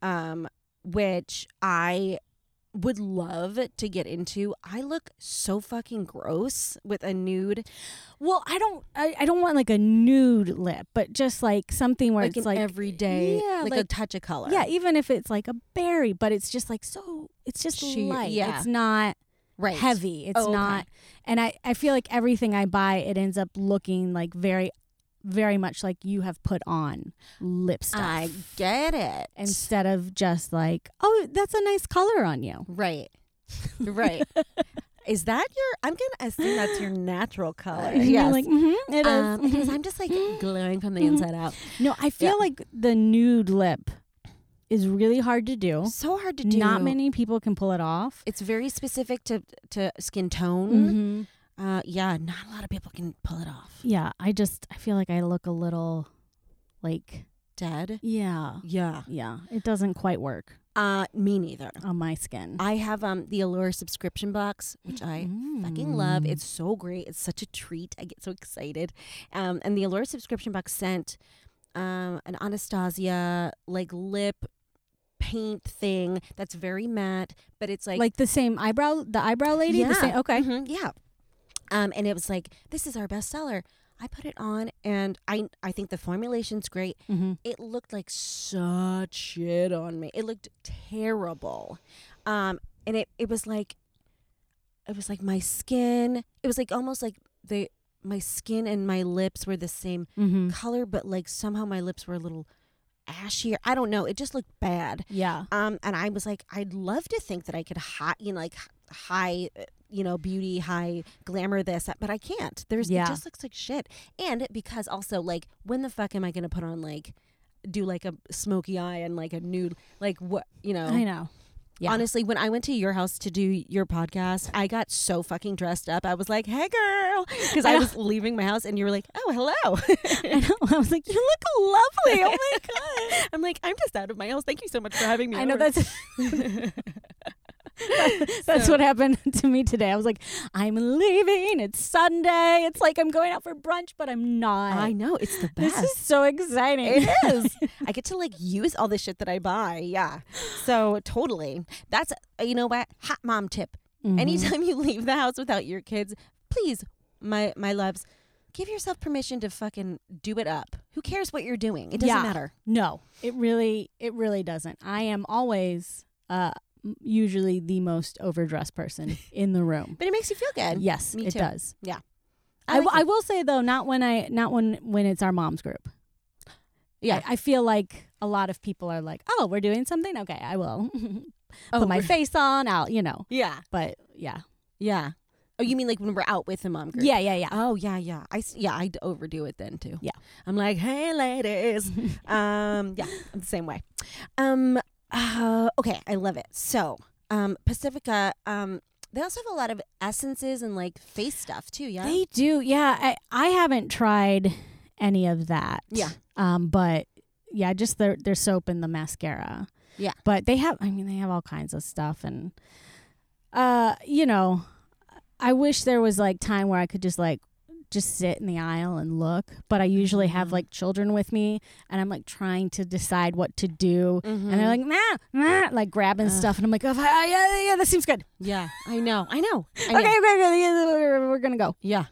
um, which I would love to get into. I look so fucking gross with a nude, Well, I don't. I, I don't want like a nude lip, but just like something where like it's an like everyday, yeah, like, a like- touch of color. Yeah, even if it's like a berry, but it's just like so. It's just She- light. yeah. It's not right. heavy. It's Oh, okay. not. And I I feel like everything I buy, it ends up looking like very, very much like you have put on lip stuff I get it. instead of just like oh that's a nice color on you. right, right. <laughs> Is that your? I'm gonna assume that's your natural color. And you're yes. Uh, like mm-hmm, it is. um, <laughs> because mhm." I'm just like Mhm. glowing from the Mhm. inside out. <laughs> no, I feel yeah. like the nude lip is really hard to do. So hard to do. Not many people can pull it off. It's very specific to to skin tone. Mm-hmm. Uh, yeah, not a lot of people can pull it off. Yeah, I just I feel like I look a little like Dead. yeah. Yeah. Yeah, it doesn't quite work Uh, me neither. on my skin. I have um the Allure subscription box, which I Mm. fucking love. It's so great. It's such a treat. I get so excited. Um, and the Allure subscription box sent um an Anastasia like lip paint thing that's very matte, but it's like, like the same eyebrow the eyebrow lady, the same okay. mhm, yeah. Um, and it was like, this is our best seller. I put it on, and I I think the formulation's great. Mhm. It looked like such shit on me. It looked terrible. Um, and it it was like, it was like my skin. It was like almost like the my skin and my lips were the same Mhm. color, but like somehow my lips were a little ashier. I don't know. It just looked bad. Yeah. Um, and I was like, I'd love to think that I could high, you know, like h- high, uh, you know, beauty, high glamour this, uh, but I can't. There's Yeah. it just looks like shit. And because also, like, when the fuck am I gonna put on like, do like a smoky eye and like a nude, like what you know? I know. yeah. Honestly, when I went to your house to do your podcast, I got so fucking dressed up. I was like, "Hey, <laughs> girl," because I was leaving my house, and you were like, "Oh, hello." <laughs> <laughs> I know. I was like, You look lovely. Oh my god! I'm like, I'm just out of my house. Thank you so much for having me. I know over." that's <laughs> that's <laughs> what happened to me today. I was like, I'm leaving. It's Sunday. It's like I'm going out for brunch, but I'm not. I know it's the this best. is so exciting. <laughs> It is. I get to like use all the shit that I buy. Yeah. So totally. That's uh, you know what? Hot mom tip. Mhm. Anytime you leave the house without your kids, please, my my loves, give yourself permission to fucking do it up. Who cares what you're doing? It doesn't Yeah. matter. No, it really, it really doesn't. I am always, uh, m- usually the most <laughs> overdressed person in the room. But it makes you feel good. yes, me it too. does. Yeah. I, I like w- I it. will say though, not when I, not when when it's our mom's group. Yeah. I, I feel like a lot of people are like, "Oh, we're doing something. Okay, I will <laughs> put Oh, my we're- face on. I'll, you know." Yeah. But yeah, Yeah. Oh, you mean like when we're out with the mom group? yeah, yeah, yeah. Oh yeah, yeah. I s- yeah, I overdo it then too. Yeah. I'm like, hey, ladies. um, yeah, I'm the same way. Um, uh, okay, I love it. So, um, Pacifica. Um, they also have a lot of essences and like face stuff too. Yeah. They do. Yeah, I, I haven't tried any of that. Yeah. Um, but yeah, just their their soap and the mascara. Yeah. But they have I mean they have all kinds of stuff and uh, you know, I wish there was like time where I could just like just sit in the aisle and look. But I usually have Mm-hmm. like children with me, and I'm like trying to decide what to do, Mm-hmm. and they're like, nah, nah, like grabbing stuff, and I'm like, oh, yeah, yeah, yeah, that seems good. Yeah, I know. I know. I Okay, know. okay, okay, yeah, we're we're gonna go. Yeah.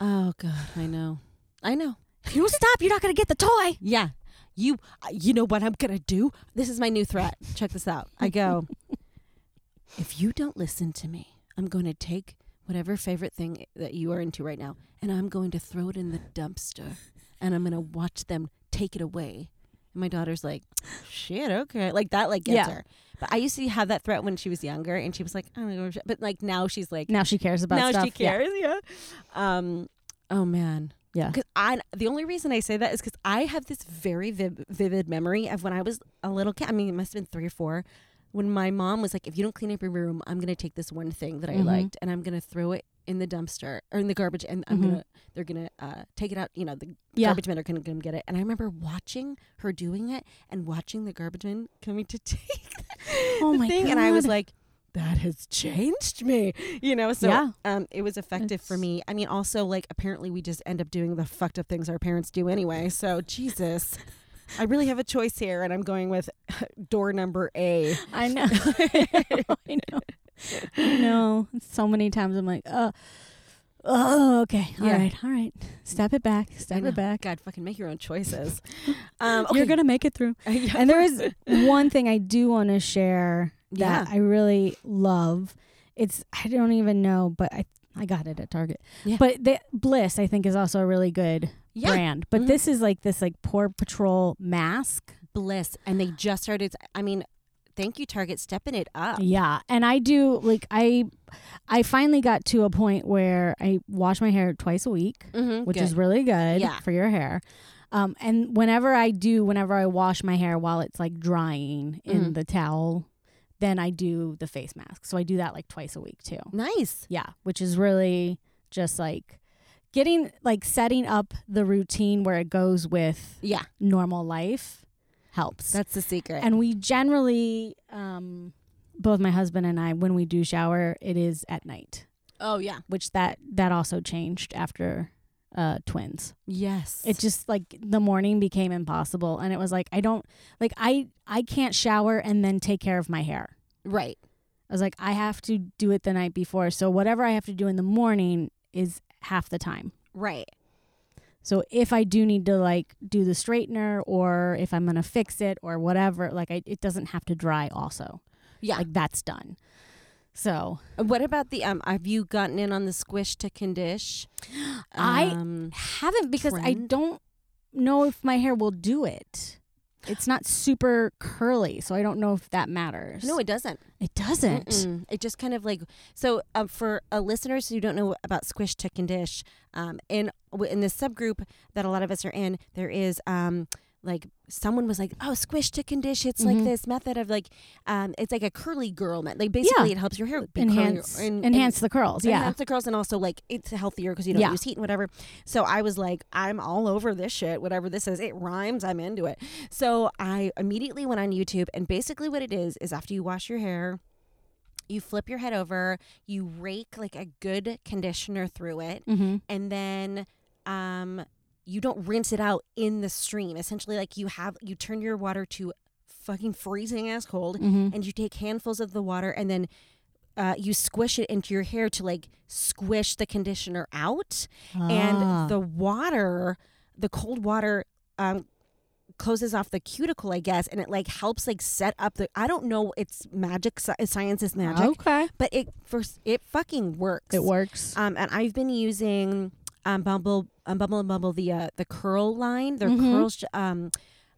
Oh god, I know. I <sighs> know. If you don't stop, you're not gonna get the toy. Yeah. You uh, you know what I'm going to do? This is my new threat. Check this out. I <laughs> go, "If you don't listen to me, I'm going to take whatever favorite thing that you are into right now and I'm going to throw it in the dumpster and I'm going to watch them take it away." And my daughter's like, "Shit, okay." Like that like gets Yeah. her. But I used to have that threat when she was younger and she was like, "I don't know." But like now she's like Now she cares about now stuff. she cares. Yeah. Um. Oh man. Yeah. Because I the only reason I say that is because I have this very viv- vivid memory of when I was a little kid. I mean, it must have been three or four. When my mom was like, "If you don't clean up your room, I'm gonna take this one thing that I Mhm. liked and I'm gonna throw it in the dumpster or in the garbage, and I'm Mhm. gonna they're gonna uh, take it out. You know, the Yeah. garbage men are gonna come get it." And I remember watching her doing it and watching the garbage men coming to <laughs> take Oh the my thing, and I was God. like, "That has changed me," you know. So Yeah. um, it was effective for It's- me. I mean, also like apparently we just end up doing the fucked up things our parents do anyway. So Jesus, I really have a choice here, and I'm going with <laughs> door number A. I know. <laughs> I <laughs> know. I know. So many times I'm like, oh, oh, okay, all right, Yeah. all right. Step it back, step know. it back. God, fucking make your own choices. <laughs> Um, okay. You're <laughs> gonna make it through. And there is one thing I do want to share that Yeah. I really love. It's I don't even know, but I I got it at Target. Yeah. But the Bliss I think is also a really good Yeah. brand. But Mhm. this is like this like Paw Patrol mask. bliss, and they just started. I mean, thank you, Target, stepping it up. Yeah, and I do like I I finally got to a point where I wash my hair twice a week, Mm-hmm, which is really good Yeah. for your hair. Um, and whenever I do, whenever I wash my hair while it's like drying in Mhm. the towel, then I do the face mask. So I do that like twice a week too. nice. Yeah, which is really just like getting like setting up the routine where it goes with Yeah, normal life helps. that's the secret. And we generally, um, both my husband and I, when we do shower, it is at night, oh yeah, which that that also changed after uh, twins. yes. It just like the morning became impossible, and it was like I don't like I I can't shower and then take care of my hair. right. I was like I have to do it the night before, so whatever I have to do in the morning is half the time. Right. So if I do need to like do the straightener or if I'm gonna fix it or whatever, like I, it doesn't have to dry also. Yeah. Like that's done. So What about the um? Have you gotten in on the squish to condish? <gasps> I- Um, haven't because I Trend? don't know if my hair will do it. It's not super curly, so I don't know if that matters. no, it doesn't. it doesn't. Mm-mm. It just kind of like so. Um, for uh, listeners who don't know about squish, tuck, and dish, um, in w- in this subgroup that a lot of us are in, there is um, like someone was like, "Oh, squish, tuck, and dish." It's Mhm. like this method of like, um, it's like a curly girl method. Like basically, it helps your hair be curlier Enhance, and- and- enhance the curls. Yeah, enhance the curls and also like it's healthier because you don't Yeah. use heat and whatever. So I was like, I'm all over this shit, whatever this is. It rhymes, I'm into it. So I immediately went on YouTube and basically what it is is after you wash your hair, you flip your head over, you rake like a good conditioner through it, mm-hmm. and then um you don't rinse it out in the stream. Essentially like you have you turn your water to fucking freezing ass cold Mm-hmm. and you take handfuls of the water and then uh, you squish it into your hair to like squish the conditioner out Ah. and the water the cold water um, closes off the cuticle i guess and it like helps like set up the i don't know it's magic sci- science is magic okay, but it first it fucking works it works. um, and I've been using um, Bumble, um, Bumble and Bumble the uh, the curl line, their Mhm. curl sh- um,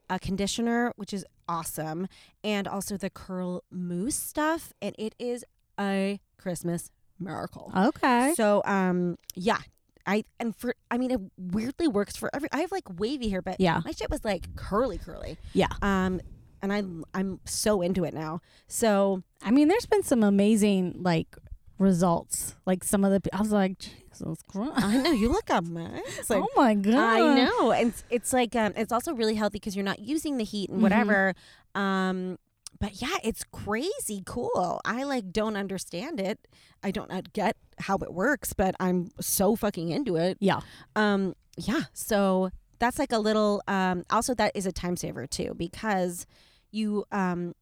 uh, conditioner, which is awesome, and also the curl mousse stuff, and it is a Christmas miracle. okay, So, um, yeah, I and for I mean, it weirdly works for every. I have like wavy hair, but Yeah. my shit was like curly, curly. Yeah. Um, and I am I'm so into it now. So I mean, there's been some amazing like results. Like some of the, I was like, Jesus Christ. I know you look amazing. oh my god! I know. And it's, it's like um, it's also really healthy because you're not using the heat and Mhm. whatever. Um, but yeah, it's crazy cool. I like don't understand it. I don't uh, get how it works, but I'm so fucking into it. Yeah. Um, yeah. So that's like a little. Um, also, that is a time saver too because you. Um,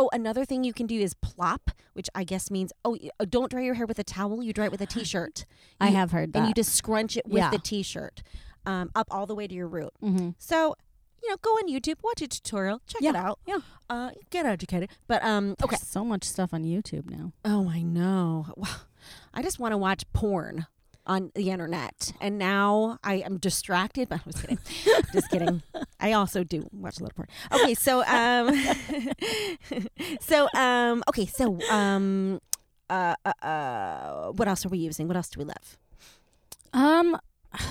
oh, another thing you can do is plop, which I guess means oh, y- uh, don't dry your hair with a towel. You dry it with a t-shirt, I You- have heard that. and you just scrunch it with Yeah. the t-shirt um, up all the way to your root. mm-hmm. So, you know, go on YouTube, watch a tutorial, check it Yeah, out. yeah. Uh, get educated. But um, okay. So much stuff on YouTube now. Oh, I know. Wow. I just want to watch porn on the internet, and now I am distracted. <laughs> But I was kidding. just <laughs> kidding. I also do watch a lot of porn. Okay, <laughs> so um, so um, okay, so um, uh, uh, uh, what else are we using? What else do we love? Um,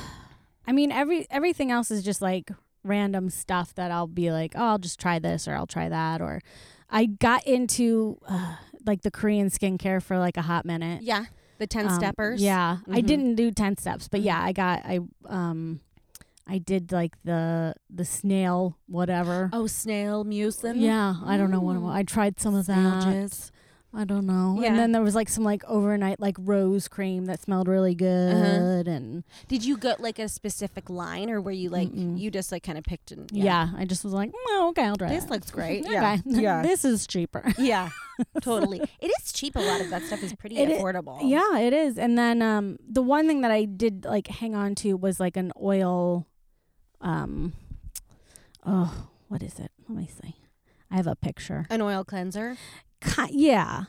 <sighs> I mean, every everything else is just like random stuff that I'll be like, oh, I'll just try this or I'll try that. Or I got into uh, like the Korean skincare for like a hot minute. Yeah, the ten Um, steppers. Mm-hmm. Yeah, I Mhm. didn't do ten steps, but yeah, I got I um, I did like the the snail whatever. Oh, snail mucin. Yeah, I don't know what it was. I tried some of that. Sandwiches. I don't know. Yeah. And then there was like some like overnight like rose cream that smelled Uh-huh. really good and Did you go like a specific line, or were you like Mm-mm. you just like kind of picked and yeah. I just was like, well, okay, I'll try This that. looks great. <laughs> Okay. Yeah. Yeah. this is cheaper. <laughs> Yeah, totally. It is cheap. A lot of that stuff is pretty It i- affordable. yeah, it is. And then um the one thing that I did like hang on to was like an oil um oh, what is it? Let me see. I have a picture. An oil cleanser. <laughs> Ki- yeah.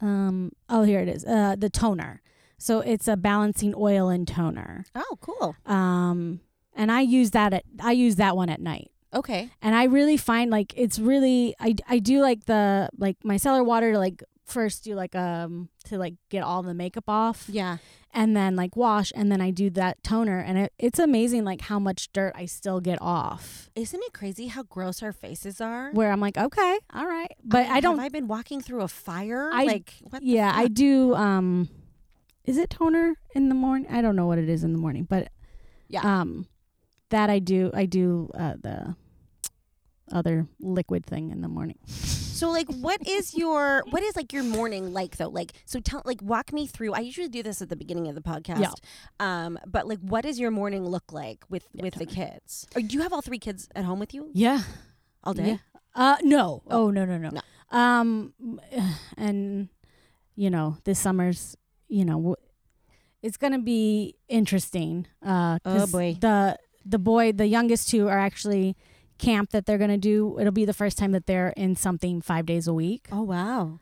Um oh, here it is. Uh the toner. So it's a balancing oil and toner. Oh, cool. Um and I use that at I use that one at night. Okay. and I really find like it's really I, I do like the like micellar water to like first do like um to like get all the makeup off Yeah. and then like wash and then I do that toner and it, it's amazing like how much dirt I still get off Isn't it crazy how gross our faces are? where I'm like okay all right but I don't Have I been walking through a fire? I- like what? the yeah I fuck? do um is it toner in the morning I don't know what it is in the morning but Yeah. um that I do I do uh, the other liquid thing in the morning So like, what is your what is like your morning like though? Like, so tell like walk me through. I usually do this at the beginning of the podcast. Yeah. Um, but like, what does your morning look like with with the kids? Or do you have all three kids at home with you yeah all day? Yeah. Uh, no. Oh. Oh, no, no, no. No. Um, <sighs> and you know, this summer's, you know, w- it's gonna be interesting. Uh, 'cause Oh, boy. the the boy, the youngest two are actually camp that they're gonna do. It'll be the first time that they're in something five days a week, Oh wow.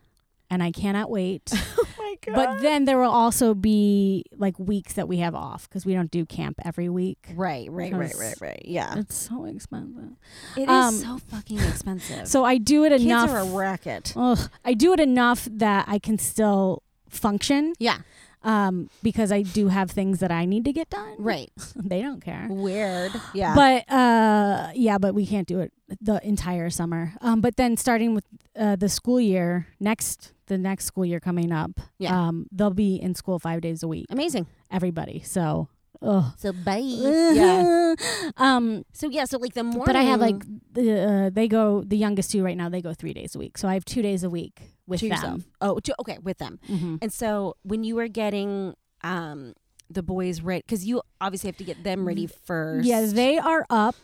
and I cannot wait. <laughs> oh my god. <laughs> but then there will also be like weeks that we have off because we don't do camp every week. right, right, right, right, Because- right. Yeah. It's so expensive. It is Um, so fucking expensive. So I do it kids enough. are a racket. Ugh, I do it enough that I can still function Yeah, um, because I do have things that I need to get done. right. <laughs> They don't care. Weird. Yeah. But uh, yeah, but we can't do it the entire summer. Um, but then starting with uh, the school year next, the next school year coming up, Yeah. um, they'll be in school five days a week. amazing. Everybody. So, ugh. So bye. <laughs> <laughs> yeah. yeah. Um, So yeah. So like the morning. but I have like the uh, they go the youngest two right now. They go three days a week, so I have two days a week with to them. yourself. Oh, to, okay, with them. Mm-hmm. And so when you were getting um the boys ready, because you obviously have to get them ready first. Mm, Yes, they are up.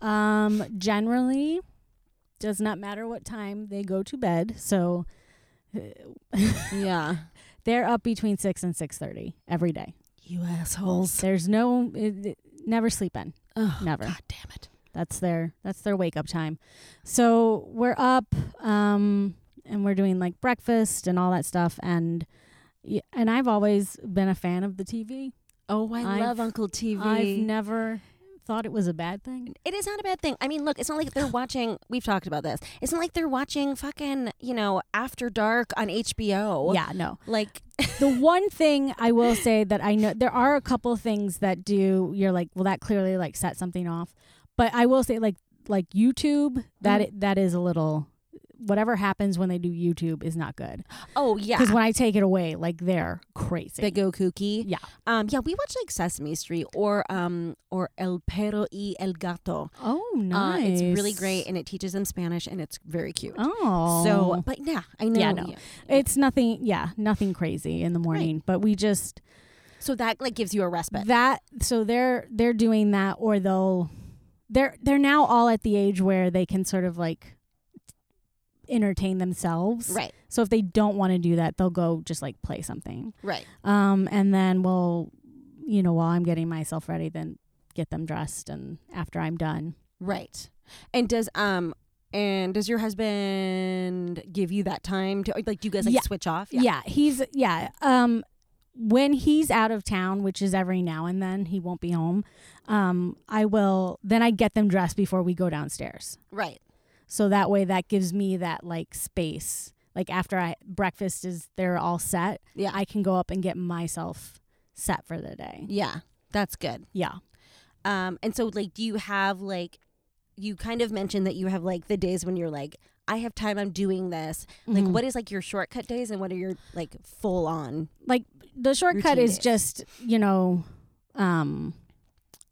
Um, generally, does not matter what time they go to bed. So uh, Yeah. they're up between six and six thirty every day. You assholes. There's no it, it- never sleep in. Oh, Never. God damn it. That's their that's their wake up time. So we're up, um, and we're doing like breakfast and all that stuff. And y- and I've always been a fan of the TV. Oh, I I've- love Uncle TV. I've never thought it was a bad thing. it is not a bad thing. I mean, look, it's not like they're watching. We've talked about this. It's not like they're watching fucking, you know, After Dark on HBO. Yeah, no. Like, <laughs> the one thing I will say that I know there are a couple things that do you're like well that clearly like Mm-hmm. set something off, but I will say like like YouTube that it, that is a little whatever happens when they do YouTube is not good. Oh yeah, Because when I take it away, like they're crazy. they go kooky. Yeah. Um, yeah, we watch like Sesame Street or um or El Perro y el Gato. oh, Uh, nice. it's really great, and it teaches them Spanish, and it's very cute. Oh, So, but yeah, I know. Yeah, no. it's nothing. Yeah, nothing crazy in the morning. But we just So that like gives you a respite. that. So they're they're doing that, or they'll they're they're now all at the age where they can sort of like entertain themselves. right. So if they don't want to do that, they'll go just like play something. Right. Um, and then we'll, you know, while I'm getting myself ready, then get them dressed, and after I'm done, Right. And does um and does your husband give you that time to like do you guys like Yeah. switch off? yeah, he's yeah. Um, when he's out of town, which is every now and then, he won't be home. Um, I will then I get them dressed before we go downstairs, Right. so that way that gives me that like space. Like after I breakfast is they're all set, Yeah. I can go up and get myself set for the day. yeah. That's good. Yeah. Um and so like do you have like you kind of mentioned that you have like the days when you're like I have time I'm doing this. Like Mhm. what is like your shortcut days and what are your like full on? the shortcut routine is days. just you know um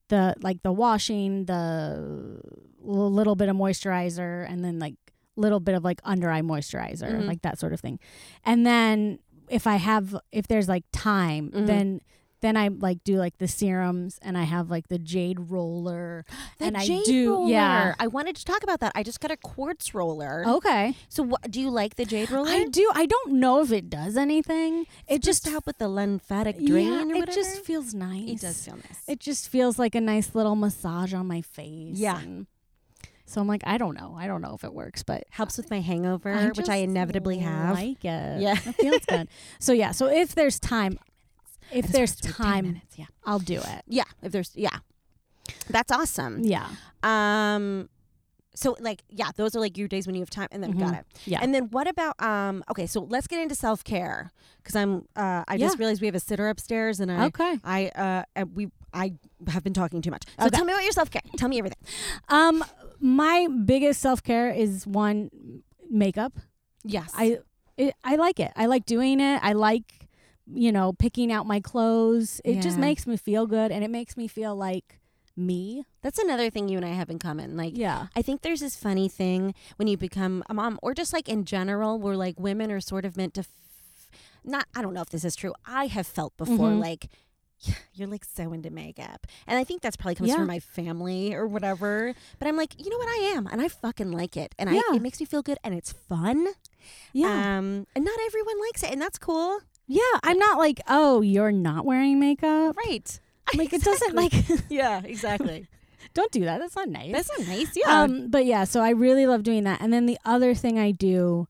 the like the washing the l- little bit of moisturizer and then like little bit of like under eye moisturizer Mhm. like that sort of thing and then if i have if there's like time Mhm. then then i like do like the serums and i have like the jade roller The And I jade do- roller. yeah. I wanted to talk about that. I just got a quartz roller. okay So what do you like the jade roller? i do i don't know if it does anything it just just to help with the lymphatic drain yeah, or it whatever. just feels nice it does feel nice. It just feels like a nice little massage on my face. Yeah. and- so I'm like, I don't know. I don't know if it works, but helps with my hangover, I which I just inevitably have. like it. Yeah. It <laughs> feels good. So yeah. So if there's time, if As there's far as with 10 time, minutes, yeah, I'll do it. yeah. If there's, yeah, that's awesome. Yeah. Um, so like, yeah, those are like your days when you have time, and then got Mhm. it. Yeah. And then what about um? Okay, so let's get into self care because I'm. Uh, I just Yeah. realized we have a sitter upstairs, and I. okay. I uh and we I have been talking too much. So Okay. tell me about your self care. Tell me everything. Um, my biggest self care is one makeup. Yes. I it, I like it. I like doing it. I like you know picking out my clothes. It just Yeah. makes me feel good, and it makes me feel like me. that's another thing you and I have in common. Like Yeah. I think there's this funny thing when you become a mom, or just like in general, where like women are sort of meant to. F- not, I don't know if this is true. I have felt before Mhm. like <sighs> "Yeah, you're like so into makeup, and I think that's probably comes Yeah. from my family or whatever. But I'm like, you know what, I am, and I fucking like it, and I Yeah. it makes me feel good, and it's fun. Yeah. Um, and not everyone likes it, and that's cool, Yeah, I'm not like, oh, you're not wearing makeup. right? Like it doesn't like <laughs> yeah, <laughs> exactly. don't do that. That's not nice. that's a nice, yeah. Um but yeah, so I really love doing that. And then the other thing I do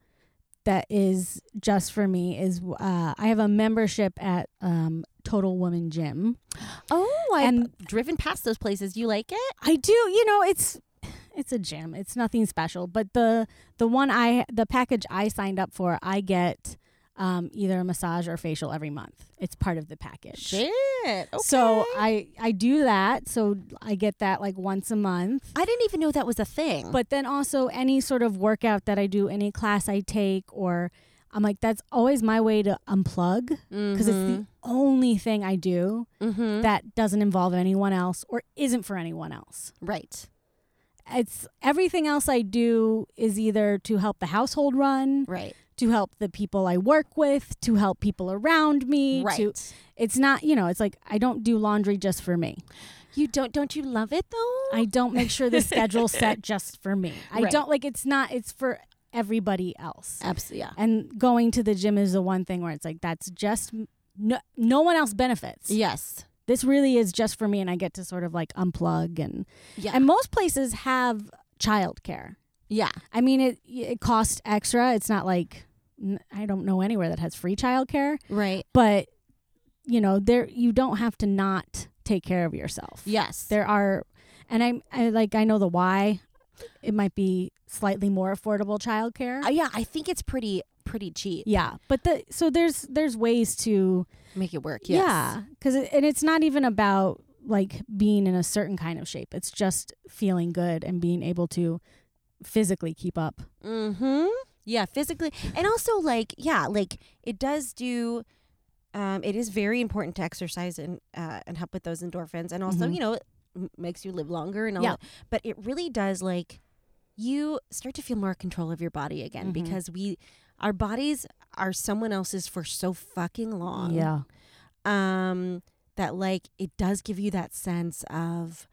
that is just for me is uh, I have a membership at um, Total Woman Gym. oh, I've and- driven past those places. You like it? I do, you know, it's it's a gym. It's nothing special, but the the one I the package I signed up for, I get um, either a massage or facial every month. It's part of the package. Shit. So okay. I I do that. So I get that like once a month. I didn't even know that was a thing. But then also any sort of workout that I do, any class I take, or I'm like that's always my way to unplug because it's the only thing I do mm-hmm. that doesn't involve anyone else or isn't for anyone else. right. It's everything else I do is either to help the household run, Right. to help the people I work with, to help people around me. Right. To, it's not, you know, it's like I don't do laundry just for me. you don't don't you love it though? I don't make sure the <laughs> schedule's set just for me. I Right. don't like it's not it's for everybody else. absolutely yeah. And going to the gym is the one thing where it's like that's just no no one else benefits. Yes. This really is just for me and I get to sort of like unplug and Yeah. and most places have childcare. yeah. I mean it it costs extra. It's not like n- I don't know anywhere that has free childcare, Right. but you know, there you don't have to not take care of yourself Yes. there are and I'm I like I know the why it might be slightly more affordable childcare. Uh, yeah, I think it's pretty pretty cheap. yeah, but the so there's there's ways to Make it work. Yes. yeah, cuz it, and it's not even about like being in a certain kind of shape. It's just feeling good and being able to physically keep up. Mhm. Yeah, physically. And also like, yeah, like it does do um it is very important to exercise and uh and help with those endorphins and also, Mhm. you know, it m- makes you live longer and all Yeah. that. But it really does like you start to feel more control of your body again Mhm. because we our bodies are someone else's for so fucking long. yeah. Um that like it does give you that sense of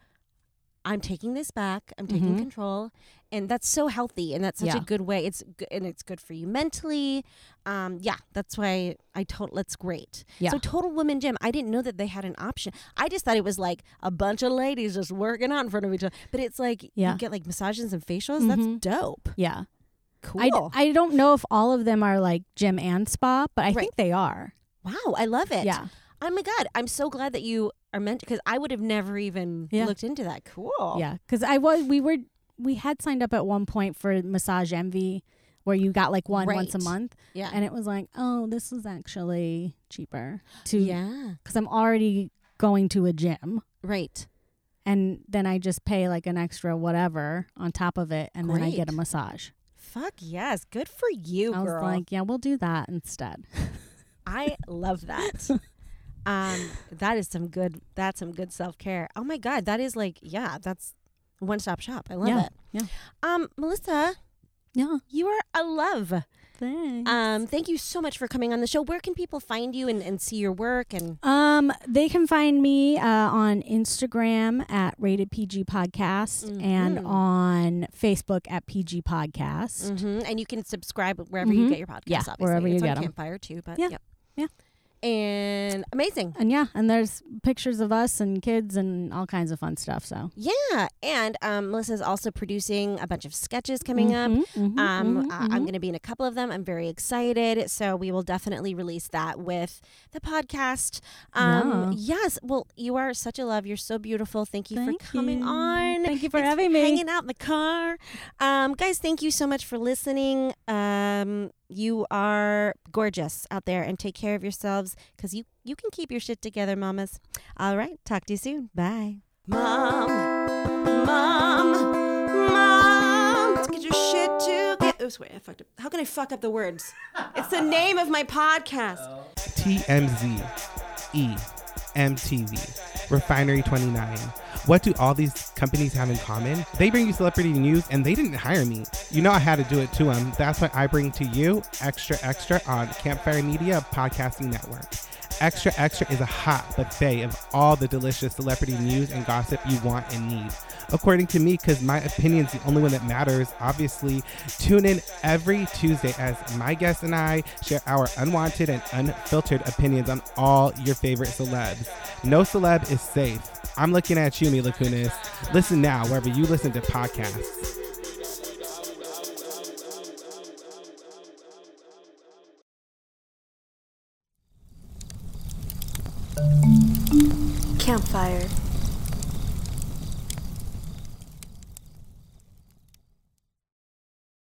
I'm taking this back. I'm taking Mhm. control, and that's so healthy, and that's such a Yeah. good way. It's good, and it's good for you mentally. Um, yeah, that's why I total. That's great. Yeah. So Total Women Gym, I didn't know that they had an option. I just thought it was like a bunch of ladies just working out in front of each other, but it's like Yeah. you get like massages and facials. Mhm. That's dope. Yeah. Cool. I, d- I don't know if all of them are like gym and spa, but I Right. think they are. wow, I love it. Yeah. Oh my god, I'm so glad that you are meant because I would have never even Yeah. looked into that. Cool. Yeah, because I was we were we had signed up at one point for Massage Envy, where you got like one once a Right. month, Yeah. and it was like, oh, this is actually cheaper to yeah. because I'm already going to a gym, Right. and then I just pay like an extra whatever on top of it, and then I get a Great. massage. Fuck yes. Good for you, I was girl. like, yeah, we'll do that instead. I love <laughs> that. um, that is some good that's some good self care. Oh my god, that is like, yeah, that's one stop shop. I love Yeah, it. yeah. Um, Melissa, yeah, you are a love. thanks. Um, thank you so much for coming on the show. Where can people find you and, and see your work and Um, they can find me uh, on Instagram at Rated PG Podcast and Mhm. on Facebook at PG Podcast. Mhm. and you can subscribe wherever you Mhm. get your podcasts, Yeah, obviously. wherever you it's on get 'em. Campfire too, but Yeah. yep. Yeah. And amazing. And yeah, and there's pictures of us and kids and all kinds of fun stuff. So Yeah. And um, Melissa's also producing a bunch of sketches coming up. Mm-hmm. Um, uh, I'm going to be in a couple of them. I'm very excited. So we will definitely release that with the podcast. Um, Yes. Well, you are such a love. You're so beautiful. Thank you for coming on. Thank you for Thanks having me. Hanging out in the car. Um, guys, thank you so much for listening. Um, you are gorgeous out there and take care of yourselves because you, you can keep your shit together, mamas. All right. Talk to you soon. Bye. Mom. Mom. Mom. Let's get your shit together. Oops, wait, I fucked up. How can I fuck up the words? It's the name of my podcast. TMZ, E, MTV, Refinery 29. What do all these companies have in common? They bring you celebrity news and they didn't hire me. You know I had to do it to them. That's what I bring to you Extra Extra on Campfire Media Podcasting Network. Extra Extra is a hot buffet of all the delicious celebrity news and gossip you want and need. According to me, because my opinion's the only one that matters, obviously, tune in every Tuesday as my guests and I share our unwanted and unfiltered opinions on all your favorite celebs. No celeb is safe. I'm looking at you, Mila Kunis. Listen now, wherever you listen to podcasts. Campfire.